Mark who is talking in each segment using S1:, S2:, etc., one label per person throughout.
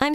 S1: I'm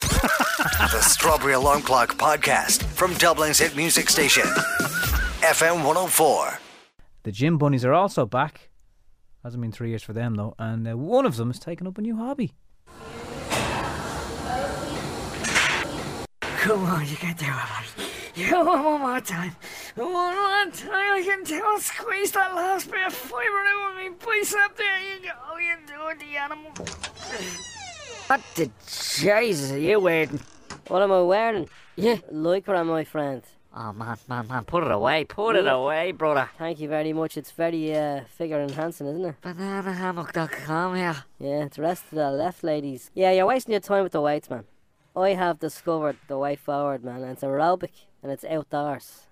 S2: the Strawberry Alarm Clock Podcast from Dublin's hit music station, FM 104.
S3: The gym bunnies are also back. Hasn't been three years for them though, and uh, one of them has taken up a new hobby.
S4: Come on, you can do it, buddy. Yeah, one more time. One more time, I can tell. Squeeze that last bit of fibre out of my bicep. There you go. You do it, the animal. What the Jesus are you wearing?
S5: What am I wearing? Yeah. Lycra, my friend.
S4: Oh, man, man, man. Put it away. Put it away, brother.
S5: Thank you very much. It's very uh, figure enhancing, isn't it?
S4: BananaHammock.com here.
S5: Yeah, it's rest to the left, ladies. Yeah, you're wasting your time with the weights, man. I have discovered the way forward, man. and It's aerobic and it's outdoors.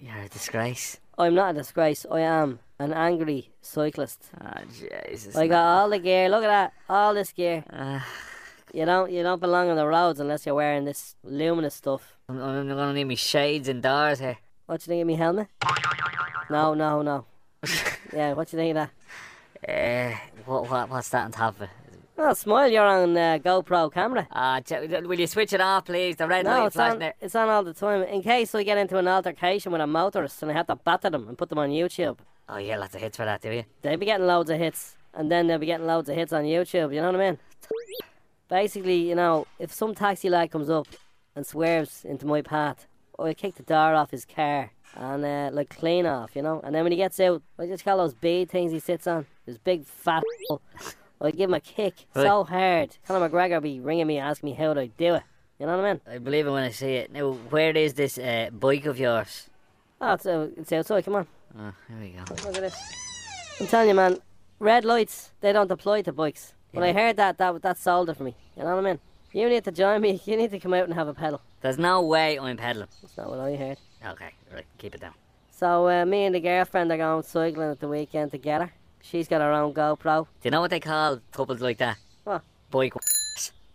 S4: You're, you're a disgrace.
S5: I'm not a disgrace. I am an angry cyclist.
S4: Oh, Jesus.
S5: I got all the gear. Look at that. All this gear.
S4: Ah.
S5: You don't you don't belong on the roads unless you're wearing this luminous stuff.
S4: I'm, I'm gonna need me shades indoors here.
S5: What you think of me helmet? No, no, no. yeah, what you think of that?
S4: Eh, what, what, what's that on top of it?
S5: Oh, smile, you're on uh, GoPro camera.
S4: Ah, j- will you switch it off, please? The red
S5: No,
S4: light
S5: it's on,
S4: flashing there.
S5: it's on all the time. In case I get into an altercation with a motorist and I have to batter them and put them on YouTube,
S4: Oh, yeah, lots of hits for that, do you?
S5: they'll be getting loads of hits. And then they'll be getting loads of hits on YouTube, you know what I mean? Basically, you know, if some taxi lad comes up and swerves into my path, I kick the door off his car and, uh, like, clean off, you know? And then when he gets out, I just call those bead things he sits on, his big fat. I give him a kick so hard. Conor McGregor be ringing me asking me how do I do it. You know what I mean?
S4: I believe it when I see it. Now, where is this uh, bike of yours?
S5: Oh, it's, uh, it's outside, come on.
S4: Oh, here we go.
S5: Look at this. I'm telling you, man, red lights, they don't apply to bikes. When I heard that, that that sold it for me. You know what I mean? You need to join me. You need to come out and have a pedal.
S4: There's no way I'm peddling.
S5: That's not what I heard.
S4: Okay, right, keep it down.
S5: So, uh, me and the girlfriend are going cycling at the weekend together. She's got her own GoPro.
S4: Do you know what they call couples like that?
S5: What?
S4: Bike.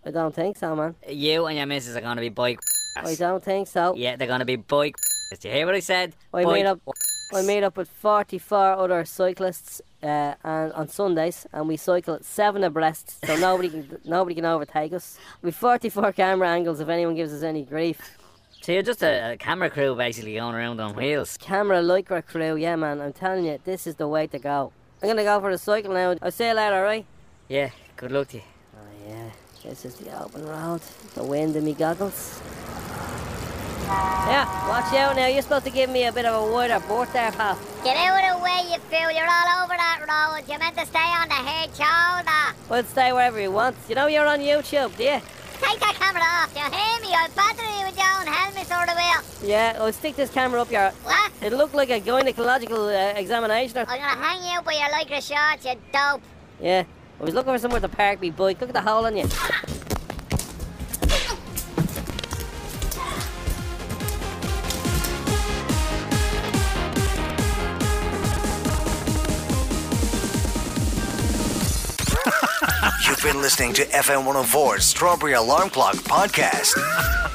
S5: I don't think so, man.
S4: You and your missus are gonna be bike.
S5: I don't think so.
S4: Yeah, they're gonna be bike. Did you hear what I said?
S5: I
S4: Bike
S5: made up. I made up with 44 other cyclists uh, and on Sundays, and we cycle at seven abreast, so nobody can nobody can overtake us. With 44 camera angles, if anyone gives us any grief.
S4: So you're just a, a camera crew basically going around on wheels.
S5: Camera lycra crew, yeah, man. I'm telling you, this is the way to go. I'm gonna go for a cycle now. I'll see you later, alright?
S4: Yeah, good luck to you.
S5: Oh yeah, this is the open road. The wind in me goggles. Yeah, watch out now. You're supposed to give me a bit of a wider berth there, pal.
S6: Get out of the way, you fool. You're all over that road. You meant to stay on the head shoulder.
S5: We'll stay wherever he wants. You know you're on YouTube, do you?
S6: Take that camera off. You hear me? I'll batter you with your own helmet or the wheel.
S5: Yeah, I'll stick this camera up your.
S6: What?
S5: It looked like a gynecological uh, examination. Or...
S6: I'm gonna hang you up with your lycra shorts, you dope.
S5: Yeah, I was looking for somewhere to park me bike. Look at the hole in you.
S2: oh You've been listening to FM 104's Strawberry Alarm Clock Podcast.